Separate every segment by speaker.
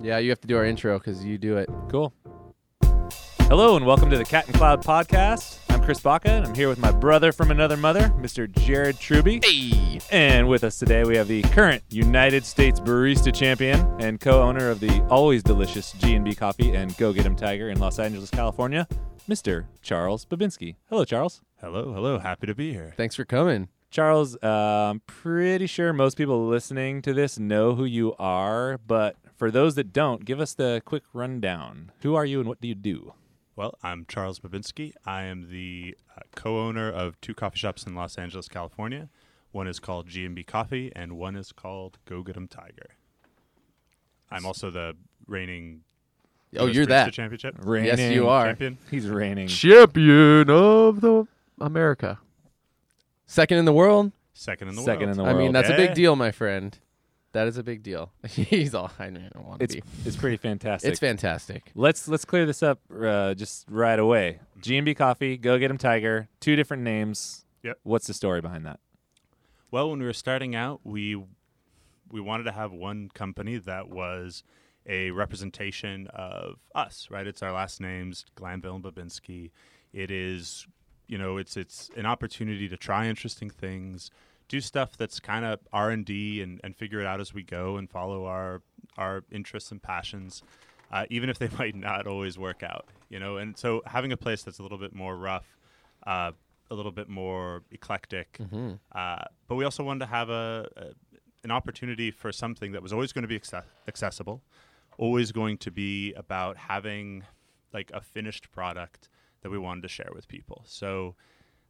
Speaker 1: Yeah, you have to do our intro because you do it.
Speaker 2: Cool. Hello and welcome to the Cat and Cloud podcast. I'm Chris Baca and I'm here with my brother from another mother, Mr. Jared Truby.
Speaker 1: Hey.
Speaker 2: And with us today we have the current United States barista champion and co-owner of the always delicious G&B Coffee and Go Get 'em Tiger in Los Angeles, California, Mr. Charles Babinski. Hello, Charles.
Speaker 3: Hello, hello. Happy to be here.
Speaker 1: Thanks for coming.
Speaker 2: Charles, uh, I'm pretty sure most people listening to this know who you are, but for those that don't, give us the quick rundown. Who are you and what do you do?
Speaker 3: Well, I'm Charles Babinski. I am the uh, co-owner of two coffee shops in Los Angeles, California. One is called G&B Coffee, and one is called Go Get 'Em Tiger. I'm also the reigning.
Speaker 1: Oh,
Speaker 3: US
Speaker 1: you're
Speaker 3: Barista
Speaker 1: that.
Speaker 3: championship
Speaker 1: Yes,
Speaker 2: Reigning
Speaker 1: you are.
Speaker 3: champion.
Speaker 2: He's reigning.
Speaker 1: Champion of the America. Second in the world.
Speaker 3: Second in the
Speaker 2: Second in
Speaker 3: world.
Speaker 2: the
Speaker 1: I
Speaker 2: world.
Speaker 1: mean, that's a big
Speaker 3: eh?
Speaker 1: deal, my friend. That is a big deal. He's all I don't want to
Speaker 2: it's
Speaker 1: be.
Speaker 2: it's pretty fantastic.
Speaker 1: It's fantastic.
Speaker 2: let's let's clear this up uh, just right away. G and B Coffee, Go Get 'Em Tiger, two different names.
Speaker 3: Yep.
Speaker 2: What's the story behind that?
Speaker 3: Well, when we were starting out, we we wanted to have one company that was a representation of us, right? It's our last names, Glanville and Babinski. It is, you know, it's it's an opportunity to try interesting things, do stuff that's kind of R and D, and figure it out as we go, and follow our our interests and passions, uh, even if they might not always work out, you know. And so, having a place that's a little bit more rough, uh, a little bit more eclectic, uh, but we also wanted to have a, a an opportunity for something that was always going to be acce- accessible, always going to be about having like a finished product that we wanted to share with people. So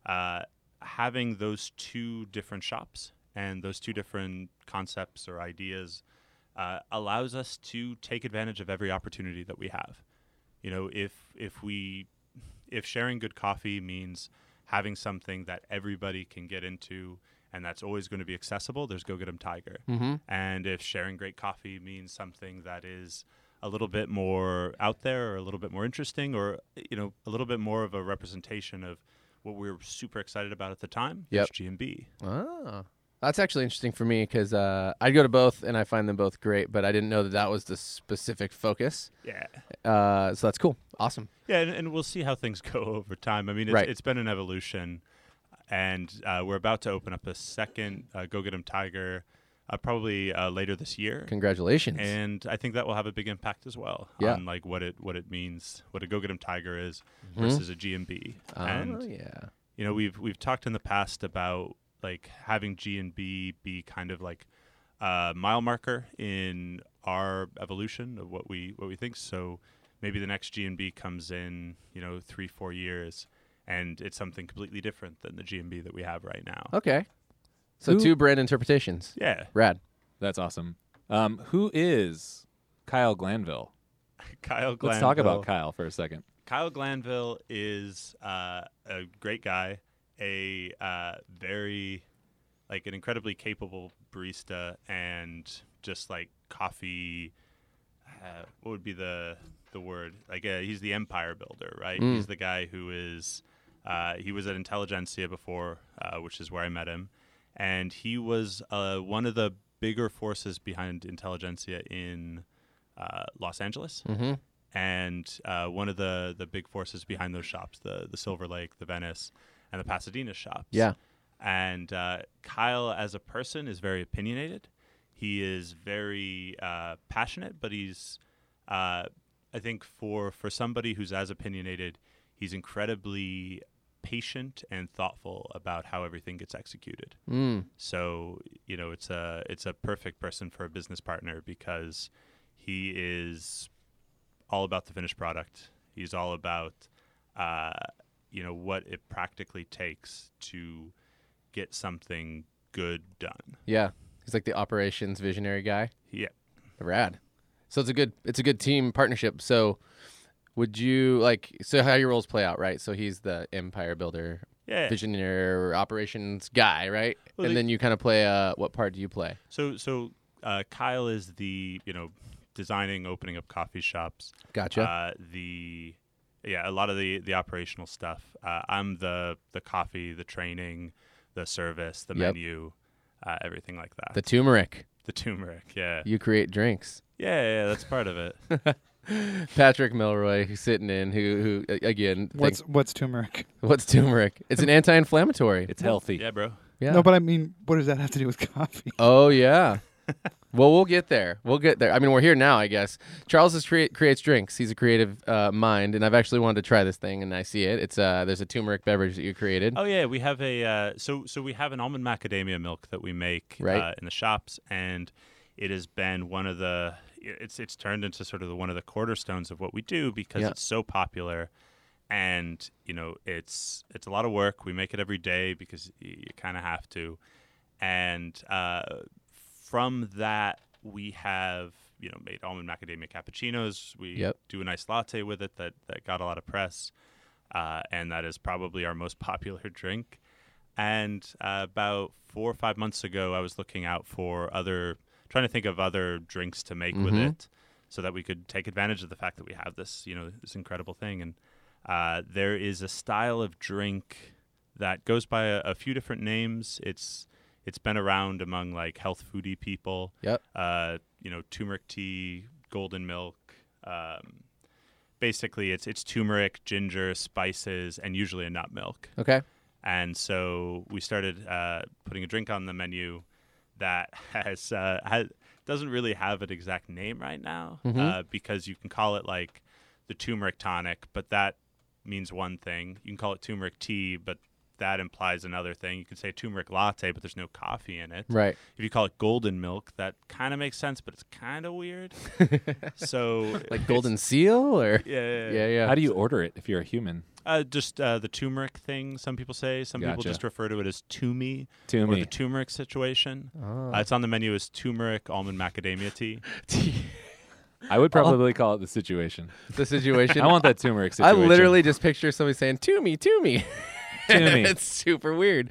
Speaker 3: uh, having those two different shops and those two different concepts or ideas uh, allows us to take advantage of every opportunity that we have. You know, if if we if sharing good coffee means having something that everybody can get into and that's always going to be accessible, there's Go Get 'em Tiger. And if sharing great coffee means something that is a little bit more out there or a little bit more interesting or you know a little bit more of a representation of what we were super excited about at the time,
Speaker 1: Yep.
Speaker 3: G and B.
Speaker 1: Ah, that's actually interesting for me because uh, I'd go to both and I find them both great, but I didn't know that that was the specific focus.
Speaker 3: Yeah.
Speaker 1: Uh, so that's cool. Awesome.
Speaker 3: Yeah, and, and we'll see how things go over time. I mean, it's,
Speaker 1: Right.
Speaker 3: it's been an evolution, and uh, we're about to open up a second uh, Go Get 'em Tiger, uh, probably uh, later this year,
Speaker 1: Congratulations.
Speaker 3: and I think that will have a big impact as well
Speaker 1: Yeah.
Speaker 3: on like what it what it means, what a Go Get 'em Tiger is
Speaker 1: Mm-hmm.
Speaker 3: versus a GMB.
Speaker 1: oh
Speaker 3: and
Speaker 1: yeah.
Speaker 3: you know we've we've talked in the past about like having G and B be kind of like a mile marker in our evolution of what we what we think. So maybe the next G and B comes in, you know, three four years, and it's something completely different than the G and B that we have right
Speaker 2: Oh.
Speaker 3: now.
Speaker 1: Okay. So
Speaker 2: Who-
Speaker 1: two brand interpretations.
Speaker 3: Yeah,
Speaker 1: Rad.
Speaker 2: That's awesome. Um, who is Kyle Glanville?
Speaker 3: Kyle. Glanville.
Speaker 2: Let's talk about Kyle for a second.
Speaker 3: Kyle Glanville is uh, a great guy, a uh, very, like, an incredibly capable barista, and just like coffee. Uh, what would be the the word? Like, uh, he's the empire builder, right? He's the guy who is. Uh, he was at Intelligentsia before, uh, which is where I met him, and he was uh, one of the bigger forces behind Intelligentsia in uh, Los Angeles
Speaker 1: Mm-hmm.
Speaker 3: and uh, one of the the big forces behind those shops the the Silver Lake, the Venice, and the Pasadena shops.
Speaker 1: Yeah.
Speaker 3: And uh, Kyle, as a person, is very opinionated. He is very uh, passionate, but he's uh, I think for for somebody who's as opinionated, he's incredibly patient and thoughtful about how everything gets executed.
Speaker 1: Mm.
Speaker 3: So you know, it's a it's a perfect person for a business partner because he is all about the finished product. He's all about uh, you know what it practically takes to get something good done.
Speaker 1: Yeah. He's like the operations visionary guy.
Speaker 3: Yeah.
Speaker 1: Rad. So it's a good it's a good team partnership. So would you like so how your roles play out, right? So he's the empire builder,
Speaker 3: Yeah.
Speaker 1: visionary, operations guy, right?
Speaker 3: Well,
Speaker 1: and
Speaker 3: they-
Speaker 1: then you kind of play uh what part do you play?
Speaker 3: So so uh, Kyle is the you know designing, opening up coffee shops.
Speaker 1: Gotcha.
Speaker 3: Uh, the yeah, a lot of the the operational stuff. Uh, I'm the the coffee, the training, the service, the
Speaker 1: Yep.
Speaker 3: menu, uh, everything like that.
Speaker 1: the turmeric.
Speaker 3: The turmeric, yeah.
Speaker 1: You create drinks.
Speaker 3: Yeah, yeah, that's part of it.
Speaker 1: Patrick Melroy, who's sitting in, who who a- again,
Speaker 4: What's
Speaker 1: what's
Speaker 4: what's turmeric?
Speaker 1: what's turmeric? It's an anti-inflammatory.
Speaker 2: It's healthy.
Speaker 3: yeah, bro.
Speaker 1: yeah.
Speaker 4: No, but I mean, what does that have to do with coffee?
Speaker 1: Oh yeah. well, we'll get there. We'll get there. I mean, we're here now, I guess. Charles is crea- creates drinks. He's a creative uh, mind, and I've actually wanted to try this thing, and I see it. It's uh, there's a turmeric beverage that you created.
Speaker 3: Oh yeah, we have a uh, so so we have an almond macadamia milk that we make
Speaker 1: Right.
Speaker 3: uh, in the shops, and it has been one of the it's it's turned into sort of the, one of the cornerstones of what we do because
Speaker 1: Yeah.
Speaker 3: it's so popular, and you know it's it's a lot of work. We make it every day because y- you kind of have to, and uh, from that we have you know made almond macadamia cappuccinos. We
Speaker 1: Yep.
Speaker 3: do a nice latte with it that that got a lot of press uh, and that is probably our most popular drink. And uh, about four or five months ago, I was looking out for other, trying to think of other drinks to make with
Speaker 1: Mhm.
Speaker 3: it, so that we could take advantage of the fact that we have this, you know, this incredible thing. And uh, there is a style of drink that goes by a, a few different names. It's it's been around among like health foodie people.
Speaker 1: Yep.
Speaker 3: Uh, you know, turmeric tea, golden milk. Um, basically it's it's turmeric, ginger, spices, and usually a nut milk.
Speaker 1: Okay.
Speaker 3: And so we started uh, putting a drink on the menu that has, uh, has doesn't really have an exact name right now
Speaker 1: Mm-hmm.
Speaker 3: uh, because you can call it like the turmeric tonic, but that means one thing. You can call it turmeric tea, but that implies another thing. You can say turmeric latte, but there's no coffee in it
Speaker 1: Right.
Speaker 3: if you call it golden milk, that kind of makes sense, but it's kind of weird. so
Speaker 1: Like golden seal or
Speaker 3: yeah, yeah, yeah.
Speaker 1: yeah yeah.
Speaker 2: How do you order it if you're a human?
Speaker 3: Uh, just uh, the turmeric thing. Some people say. Some people
Speaker 2: Gotcha.
Speaker 3: just refer to it as tumi
Speaker 2: To
Speaker 3: or
Speaker 2: me.
Speaker 3: the turmeric situation. Uh, it's on the menu as turmeric almond macadamia tea.
Speaker 2: I would probably call it the situation.
Speaker 1: the situation?
Speaker 2: I want that turmeric
Speaker 1: Oh. I
Speaker 2: situation.
Speaker 1: literally just picture somebody saying to me, to me,
Speaker 2: To me.
Speaker 1: it's super weird.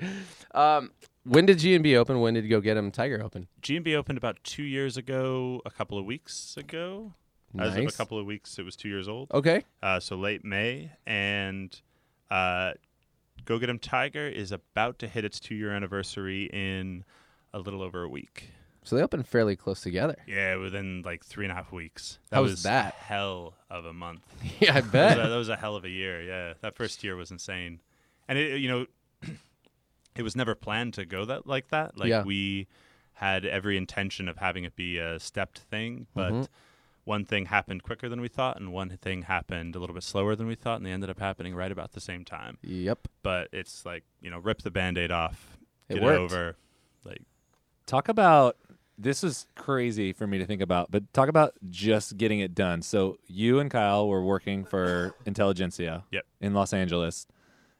Speaker 1: Um, when did G and B open? When did Go Get 'em Tiger open?
Speaker 3: G and B opened about two years ago. A couple of weeks ago. As of a
Speaker 1: Nice.
Speaker 3: couple of weeks, it was two years old.
Speaker 1: Okay.
Speaker 3: uh, so late May, and uh, Go Get 'Em Tiger is about to hit its two-year anniversary in a little over a week.
Speaker 1: So they opened fairly close together.
Speaker 3: Yeah, within like three and a half weeks.
Speaker 1: How was that?
Speaker 3: hell of a month.
Speaker 1: yeah, I
Speaker 3: that,
Speaker 1: bet.
Speaker 3: was a, that was a hell of a year. Yeah, that first year was insane, and it you know, it was never planned to go that like that. Like
Speaker 1: Yeah.
Speaker 3: we had every intention of having it be a stepped thing, but
Speaker 1: Mm-hmm.
Speaker 3: one thing happened quicker than we thought, and one thing happened a little bit slower than we thought, and they ended up happening right about the same time.
Speaker 1: Yep.
Speaker 3: But it's like you know, rip the band-aid off,
Speaker 1: It
Speaker 3: get
Speaker 1: worked.
Speaker 3: it over. Like
Speaker 2: Talk about this is crazy for me to think about, but talk about just getting it done. So you and Kyle were working for Intelligentsia
Speaker 3: Yep.
Speaker 2: in Los Angeles,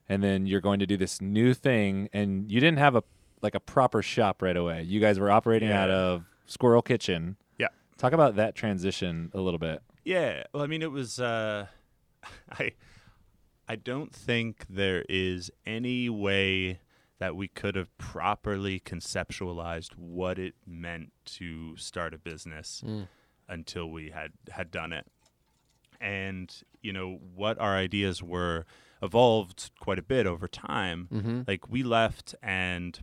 Speaker 2: and then you're going to do this new thing, and you didn't have a like a proper shop right away. You guys were operating
Speaker 3: Yeah.
Speaker 2: out of Squirrel Kitchen.
Speaker 3: Yeah.
Speaker 2: Talk about that transition a little bit.
Speaker 3: Yeah. Well, I mean, it was. Uh, I I don't think there is any way that we could have properly conceptualized what it meant to start a business until we had had done it, and you know what our ideas were evolved quite a bit over time. Like we left and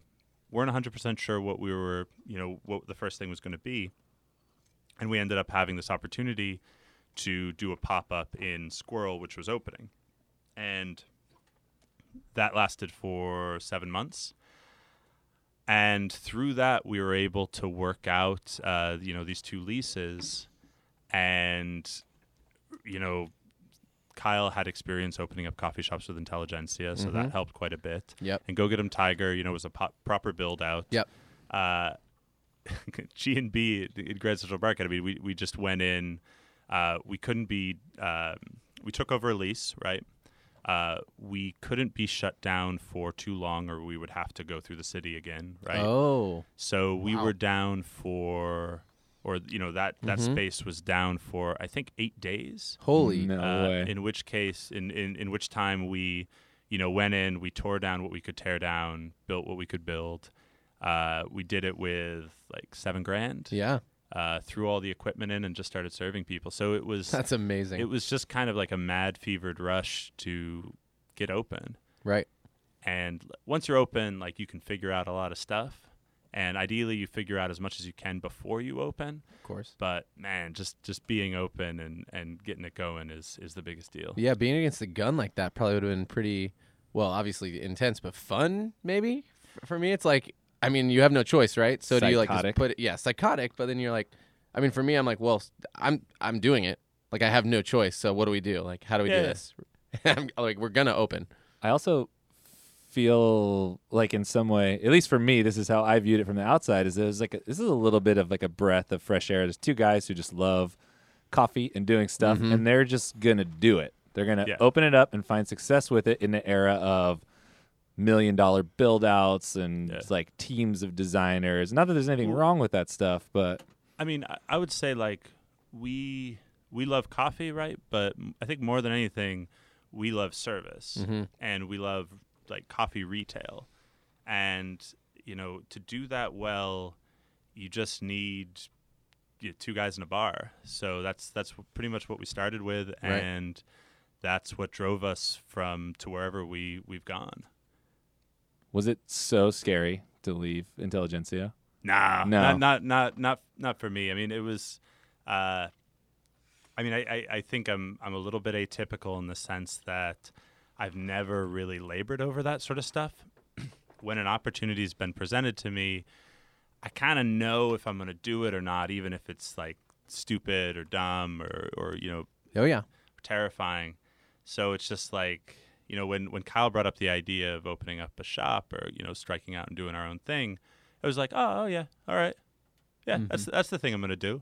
Speaker 3: weren't 100% sure what we were, you know, what the first thing was going to be. And we ended up having this opportunity to do a pop up in Squirrel, which was opening. And that lasted for seven months. And through that, we were able to work out, uh, you know, these two leases. And, you know, Kyle had experience opening up coffee shops with Intelligentsia, so that helped quite a bit.
Speaker 1: Yep.
Speaker 3: And Go Get 'em Tiger, you know, was a pop- proper build out.
Speaker 1: Yep.
Speaker 3: Uh, G and B at- at Grand Central Market. I mean, we we just went in. Uh, we couldn't be. Um, we took over a lease, right? Uh, we couldn't be shut down for too long, or we would have to go through the city again, right?
Speaker 1: Oh.
Speaker 3: So we
Speaker 1: Wow.
Speaker 3: were down for, or you know that that
Speaker 1: Mm-hmm.
Speaker 3: space was down for I think eight days.
Speaker 1: Holy.
Speaker 2: no
Speaker 3: Uh,
Speaker 2: way.
Speaker 3: in which case in, in in which time we you know went in we tore down what we could tear down built what we could build uh, we did it with like seven grand
Speaker 1: Yeah.
Speaker 3: uh, threw all the equipment in and just started serving people so it was
Speaker 1: That's amazing.
Speaker 3: it was just kind of like a mad fevered rush to get open
Speaker 1: right.
Speaker 3: and l- once you're open like you can figure out a lot of stuff And ideally, you figure out as much as you can before you open.
Speaker 1: Of course.
Speaker 3: But man, just just being open and and getting it going is is the biggest deal.
Speaker 1: Yeah, being against the gun like that probably would have been pretty, well, obviously intense, but fun maybe. F- For me, it's like, I mean, you have no choice, right? So do you like
Speaker 2: Psychotic.
Speaker 1: just put it? Yeah, psychotic. But then you're like, I mean, for me, I'm like, well, s- I'm I'm doing it. Like I have no choice. So what do we do? Like, how do we
Speaker 3: Yeah.
Speaker 1: do this? I'm like, we're gonna open.
Speaker 2: I also feel like in some way, at least for me, this is how I viewed it from the outside. Is it was like a, this is a little bit of like a breath of fresh air. There's two guys who just love coffee and doing stuff, and they're just gonna do it. They're gonna
Speaker 3: Mm-hmm. Yeah.
Speaker 2: open it up and find success with it in the era of million dollar build outs and
Speaker 3: Yeah. Mm-hmm.
Speaker 2: like teams of designers. Not that there's anything wrong with that stuff, but
Speaker 3: I mean, I, I would say like we we love coffee, right? But m- I think more than anything, we love service and we love like coffee retail. And you know, to do that well, you just need you know, two guys in a bar. So that's that's wh- pretty much what we started with,
Speaker 1: Right.
Speaker 3: and that's what drove us from to wherever we we've gone.
Speaker 2: was it so scary to leave Intelligentsia?
Speaker 3: Nah,
Speaker 2: No.
Speaker 3: not not not not not for me. I mean, it was. Uh, I mean, I, I, I think I'm I'm a little bit atypical in the sense that I've never really labored over that sort of stuff. when an opportunity's been presented to me, I kind of know if I'm going to do it or not, even if it's like stupid or dumb or or you know
Speaker 1: Oh yeah.
Speaker 3: terrifying. So it's just like you know when when Kyle brought up the idea of opening up a shop or you know striking out and doing our own thing, I was like, oh, oh, yeah, all right, yeah, that's that's the thing I'm gonna do.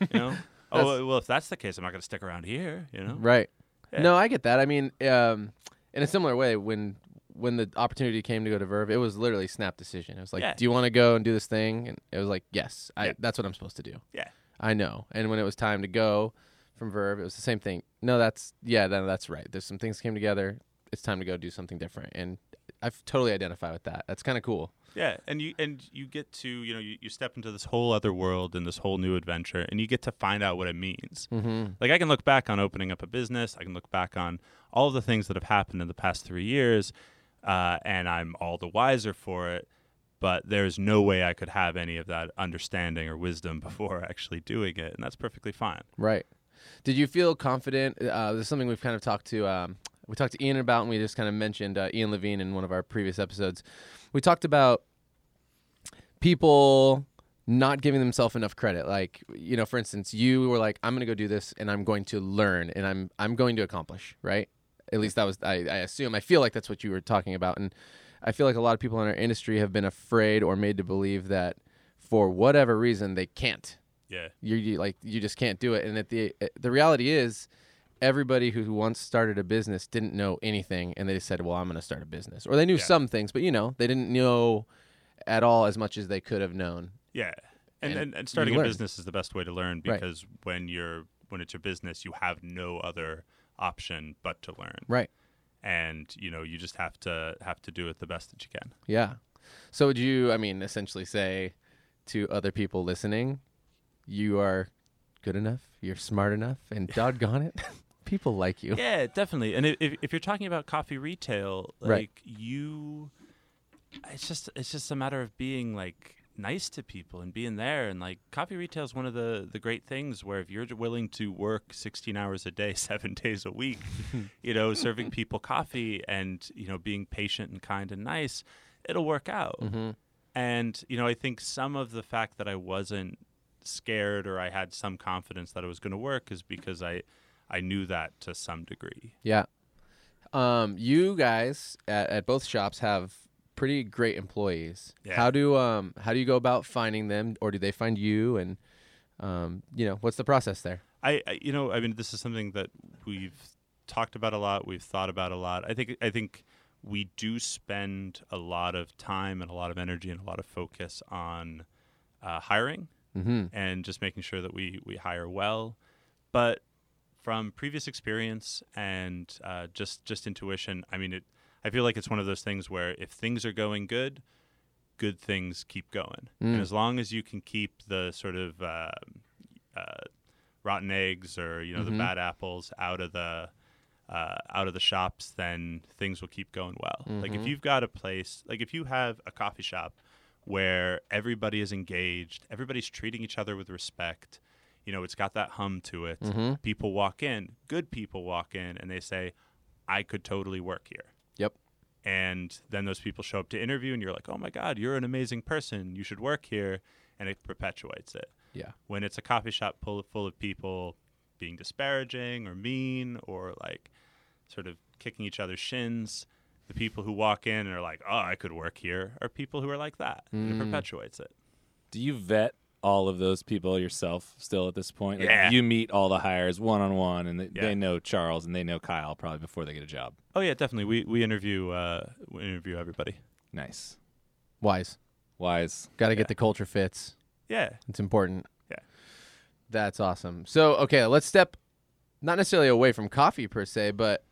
Speaker 3: You know, oh well, if that's the case, I'm not gonna stick around here. You know,
Speaker 1: Right.
Speaker 3: Yeah.
Speaker 1: No, I get that. I mean, um, in a similar way, when when the opportunity came to go to Verve, it was literally snap decision. It was like,
Speaker 3: Yeah.
Speaker 1: do you want to go and do this thing? And it was like, yes, I,
Speaker 3: Yeah.
Speaker 1: that's what I'm supposed to do.
Speaker 3: yeah,
Speaker 1: I know. And when it was time to go from Verve, it was the same thing. No, that's yeah, no, that's right. There's some things came together. It's time to go do something different. And I have totally identify with that. That's kind of cool.
Speaker 3: yeah, and you and you get to you know you, you step into this whole other world and this whole new adventure, and you get to find out what it means.
Speaker 1: Mm-hmm.
Speaker 3: Like I can look back on opening up a business. I can look back on all of the things that have happened in the past three years, uh, and I'm all the wiser for it. But there's no way I could have any of that understanding or wisdom before actually doing it, and that's perfectly fine.
Speaker 1: Right. Did you feel confident? Uh, this is something we've kind of talked to. Um, we talked to Ian about, and we just kind of mentioned uh, Ian Levine in one of our previous episodes. We talked about people not giving themselves enough credit. Like, you know, for instance, you were like, "I'm going to go do this, and I'm going to learn, and I'm I'm going to accomplish." Right? At least that was. I, I assume. I feel like that's what you were talking about, and I feel like a lot of people in our industry have been afraid or made to believe that, for whatever reason, they can't
Speaker 3: Yeah,
Speaker 1: you, you like you just can't do it and at the uh, the reality is everybody who once started a business didn't know anything and they just said well i'm going to start a business or they knew
Speaker 3: Yeah.
Speaker 1: some things but you know they didn't know at all as much as they could have known
Speaker 3: yeah, and
Speaker 1: And
Speaker 3: and, and starting a
Speaker 1: learn.
Speaker 3: business is the best way to learn
Speaker 1: Right.
Speaker 3: because when you're when it's your business, you have no other option but to learn,
Speaker 1: right
Speaker 3: and you know you just have to have to do it the best that you can.
Speaker 1: yeah so would you i mean essentially say to other people listening you are good enough you're smart enough and doggone it people like you
Speaker 3: Yeah, definitely. And i- if, if you're talking about coffee retail, like
Speaker 1: Right.
Speaker 3: you, it's just it's just a matter of being like nice to people and being there. And like coffee retail is one of the the great things where if you're willing to work 16 hours a day, seven days a week, you know, serving people coffee and you know being patient and kind and nice, it'll work out. And you know, I think some of the fact that I wasn't scared or I had some confidence that it was going to work is because I I knew that to some degree.
Speaker 1: Yeah. Um, you guys at, at both shops have pretty great employees.
Speaker 3: Yeah.
Speaker 1: How do um how do you go about finding them or do they find you and um you know, what's the process there?
Speaker 3: I, I you know, I mean this is something that we've talked about a lot, we've thought about a lot. I think I think we do spend a lot of time and a lot of energy and a lot of focus on uh, hiring
Speaker 1: Mm-hmm.
Speaker 3: and just making sure that we we hire well. But from previous experience and uh, just just intuition, I mean, it. I feel like it's one of those things where if things are going good, good things keep going, and as long as you can keep the sort of uh, uh, rotten eggs or you know the bad apples out of the uh, out of the shops, then things will keep going well. Like if you've got a place, like if you have a coffee shop where everybody is engaged, everybody's treating each other with respect. You know, it's got that hum to it.
Speaker 1: Mm-hmm.
Speaker 3: People walk in, good people walk in, and they say, I could totally work here.
Speaker 1: Yep.
Speaker 3: And then those people show up to interview, and you're like, oh my God, you're an amazing person. You should work here. And it perpetuates it
Speaker 1: Yeah.
Speaker 3: when it's a coffee shop full full of people being disparaging or mean or like sort of kicking each other's shins, the people who walk in and are like, "Oh, I could work here," are people who are like that.
Speaker 1: Mm.
Speaker 3: And it perpetuates it.
Speaker 2: Do you vet all of those people yourself still at this point? Like,
Speaker 3: Yeah.
Speaker 2: You meet all the hires one on one, and they,
Speaker 3: Yeah.
Speaker 2: they know Charles and they know Kyle probably before they get a job.
Speaker 3: Oh yeah, definitely. We we interview uh, we interview everybody.
Speaker 2: Nice.
Speaker 1: Wise.
Speaker 2: Wise.
Speaker 1: Got to get the culture fits.
Speaker 3: Yeah,
Speaker 1: It's important.
Speaker 3: Yeah.
Speaker 1: That's awesome. So, okay, let's step not necessarily away from coffee per se, but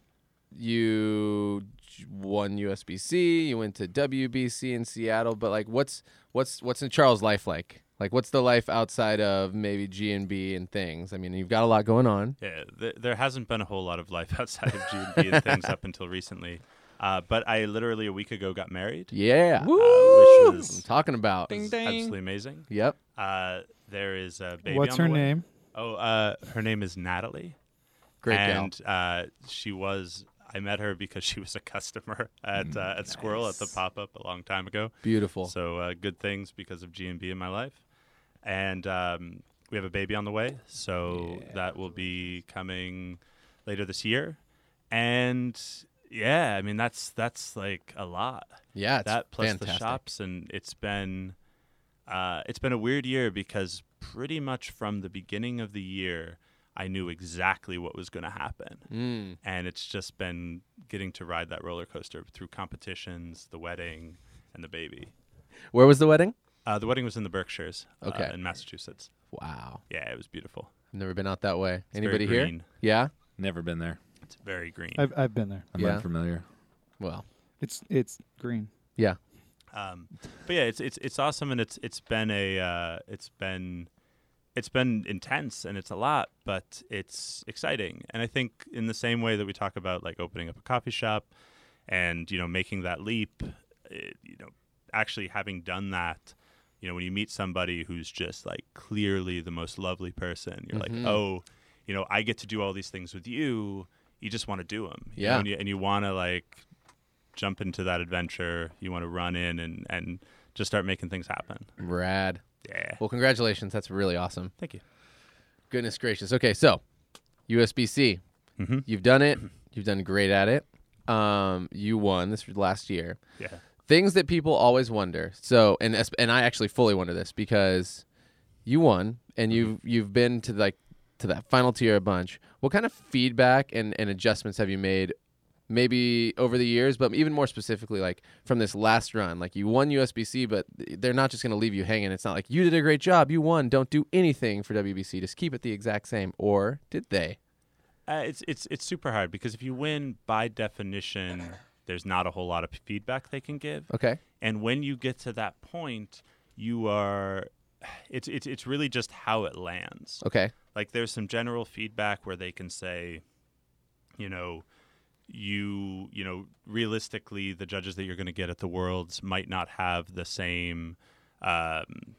Speaker 1: you j- won USBC, you went to WBC in Seattle, but like what's what's what's in Charles' life like? Like what's the life outside of maybe G and B and things? I mean, you've got a lot going on.
Speaker 3: yeah. Th- there hasn't been a whole lot of life outside of G and B and things up until recently. Uh, but I literally a week ago got married,
Speaker 1: Yeah.
Speaker 3: uh,
Speaker 1: Woo!
Speaker 3: which
Speaker 1: I'm
Speaker 3: was
Speaker 1: talking about.
Speaker 3: absolutely amazing.
Speaker 1: Yep.
Speaker 3: Uh, there is a baby. on
Speaker 4: What's
Speaker 3: the
Speaker 4: her
Speaker 3: way.
Speaker 4: name?
Speaker 3: Oh, uh, her name is Natalie.
Speaker 1: Great gal.
Speaker 3: and uh, she was. I met her because she was a customer at uh, at Squirrel at the pop up a long time ago.
Speaker 1: Beautiful.
Speaker 3: So uh, good things because of G and B in my life, and um, we have a baby on the way, so that will be coming later this year, and yeah, I mean that's that's like a lot.
Speaker 1: yeah, it's
Speaker 3: that plus
Speaker 1: fantastic.
Speaker 3: the shops, and it's been uh, it's been a weird year because pretty much from the beginning of the year, I knew exactly what was going to happen
Speaker 1: Mm.
Speaker 3: and it's just been getting to ride that roller coaster through competitions, the wedding, and the baby.
Speaker 1: Where was the wedding?
Speaker 3: Uh, the wedding was in the Berkshires, uh,
Speaker 1: Okay.
Speaker 3: in Massachusetts.
Speaker 1: Wow.
Speaker 3: Yeah, it was beautiful.
Speaker 1: I've never been out that way.
Speaker 3: very
Speaker 1: Anybody here?
Speaker 3: green.
Speaker 1: Yeah.
Speaker 2: Never been there.
Speaker 3: It's very green.
Speaker 4: I've, I've been there.
Speaker 2: I'm
Speaker 1: Yeah.
Speaker 2: unfamiliar.
Speaker 1: Well,
Speaker 4: It's it's green.
Speaker 1: yeah.
Speaker 3: Um, but yeah, it's it's it's awesome, and it's it's been a uh, it's been it's been intense, and it's a lot, but it's exciting. And I think in the same way that we talk about like opening up a coffee shop, and you know making that leap, it, you know actually having done that, you know when you meet somebody who's just like clearly the most lovely person, you're
Speaker 1: Mhm.
Speaker 3: like, oh, you know I get to do all these things with you. You just want to do them,
Speaker 1: Yeah.
Speaker 3: and you, and you want to like jump into that adventure. You want to run in and and just start making things happen.
Speaker 1: Rad.
Speaker 3: Yeah.
Speaker 1: Well, congratulations. That's really awesome.
Speaker 3: Thank you.
Speaker 1: Goodness gracious. Okay, so USBC,
Speaker 3: Mhm.
Speaker 1: you've done it. You've done great at it. Um, you won this last year.
Speaker 3: Yeah.
Speaker 1: Things that people always wonder. So, and es- and I actually fully wonder this because you won and you've you've been to like to that final tier a bunch. What kind of feedback and and adjustments have you made? Maybe over the years, but even more specifically, like from this last run, like you won USBC, but they're not just going to leave you hanging. It's not like you did a great job, you won. Don't do anything for WBC. Just keep it the exact same. Or did they?
Speaker 3: Uh, it's it's it's super hard because if you win by definition, there's not a whole lot of feedback they can give.
Speaker 1: Okay.
Speaker 3: And when you get to that point, you are it's it's it's really just how it lands.
Speaker 1: Okay.
Speaker 3: like there's some general feedback where they can say you know you you know realistically the judges that you're going to get at the worlds might not have the same um,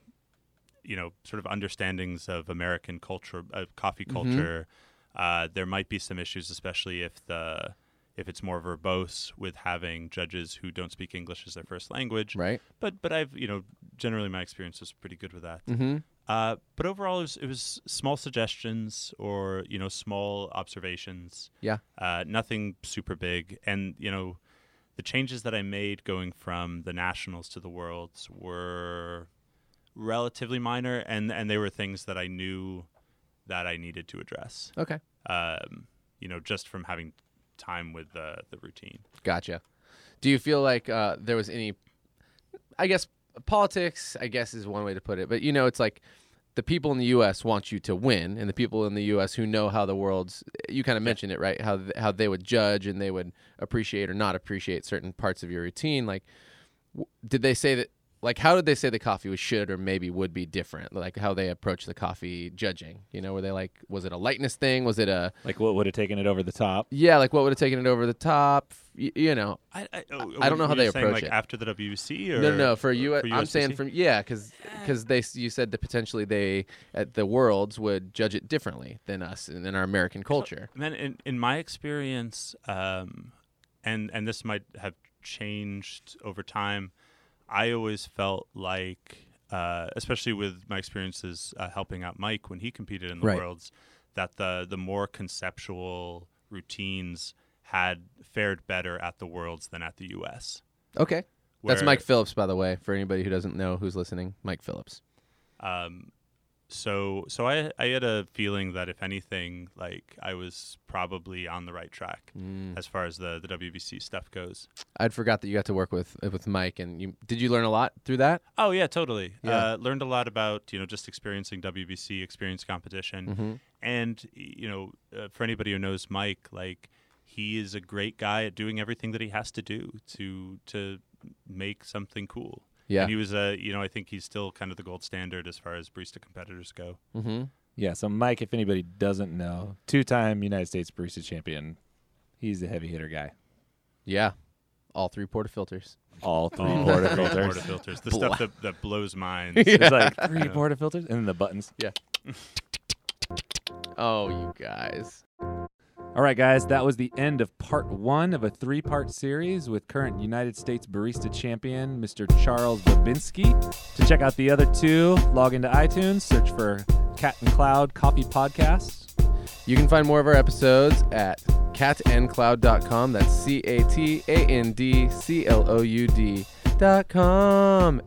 Speaker 3: you know sort of understandings of american culture of coffee culture uh, there might be some issues especially if the if it's more verbose with having judges who don't speak english as their first language
Speaker 1: Right.
Speaker 3: but but i've you know generally my experience is pretty good with that
Speaker 1: Mm-hmm.
Speaker 3: uh, but overall, it was, it was small suggestions or you know small observations.
Speaker 1: Yeah.
Speaker 3: Uh, nothing super big, and you know, the changes that I made going from the nationals to the worlds were relatively minor, and and they were things that I knew that I needed to address.
Speaker 1: Okay.
Speaker 3: Um, you know, just from having time with the the routine.
Speaker 1: Gotcha. Do you feel like uh, there was any, I guess, politics, I guess is one way to put it, but you know, it's like the people in the U.S. want you to win, and the people in the U.S. who know how the world's, you kind of mentioned it, right? How, th- how they would judge and they would appreciate or not appreciate certain parts of your routine. Like, w- did they say that like how did they say the coffee was should or maybe would be different? Like how they approach the coffee judging. You know, were they like was it a lightness thing? Was it a
Speaker 2: Like what would have taken it over the top?
Speaker 1: yeah, like what would have taken it over the top? Y- you know,
Speaker 3: I, I,
Speaker 1: I don't know how they
Speaker 3: saying,
Speaker 1: approach
Speaker 3: like
Speaker 1: it.
Speaker 3: after the WC or
Speaker 1: no, no, for you,
Speaker 3: for
Speaker 1: I'm saying
Speaker 3: USDC?
Speaker 1: from yeah, because they s- you said that potentially they at the worlds would judge it differently than us and in our American culture.
Speaker 3: Man, in, in my experience, um, and and this might have changed over time, I always felt like, uh, especially with my experiences uh, helping out Mike when he competed in the
Speaker 1: Right.
Speaker 3: worlds, that the the more conceptual routines had fared better at the worlds than at the U.S.
Speaker 1: Okay, that's
Speaker 3: where-
Speaker 1: Mike Phillips, by the way, for anybody who doesn't know who's listening. Mike Phillips.
Speaker 3: Um, so so I I had a feeling that if anything, like I was probably on the right track
Speaker 1: Mm.
Speaker 3: as far as the the WBC stuff goes.
Speaker 1: I'd forgot that you got to work with with Mike, and you did you learn a lot through that?
Speaker 3: Oh yeah, totally.
Speaker 1: Yeah.
Speaker 3: Uh, learned a lot about you know just experiencing WBC, experience competition,
Speaker 1: Mm. Mm-hmm.
Speaker 3: and y- you know uh, for anybody who knows Mike, like he is a great guy at doing everything that he has to do to to make something cool.
Speaker 1: Yeah.
Speaker 3: and he was a you know I think he's still kind of the gold standard as far as barista competitors go.
Speaker 1: Mm-hmm.
Speaker 2: Yeah, so Mike, if anybody doesn't know, two time United States Barista Champion. He's the heavy hitter guy.
Speaker 1: Yeah, all three porta filters.
Speaker 2: All three
Speaker 3: All
Speaker 2: border
Speaker 3: Oh. three
Speaker 2: filters.
Speaker 3: Porta filters, the stuff that, that blows minds.
Speaker 2: There's like three border filters and then the buttons.
Speaker 1: Oh, you guys.
Speaker 2: All right, guys, that was the end of part one of a three part series with current United States barista champion, Mr. Charles Babinski. To check out the other two, log into iTunes, search for Cat and Cloud Coffee Podcast.
Speaker 1: You can find more of our episodes at catandcloud.com. That's C A T A N D C L O U D.com.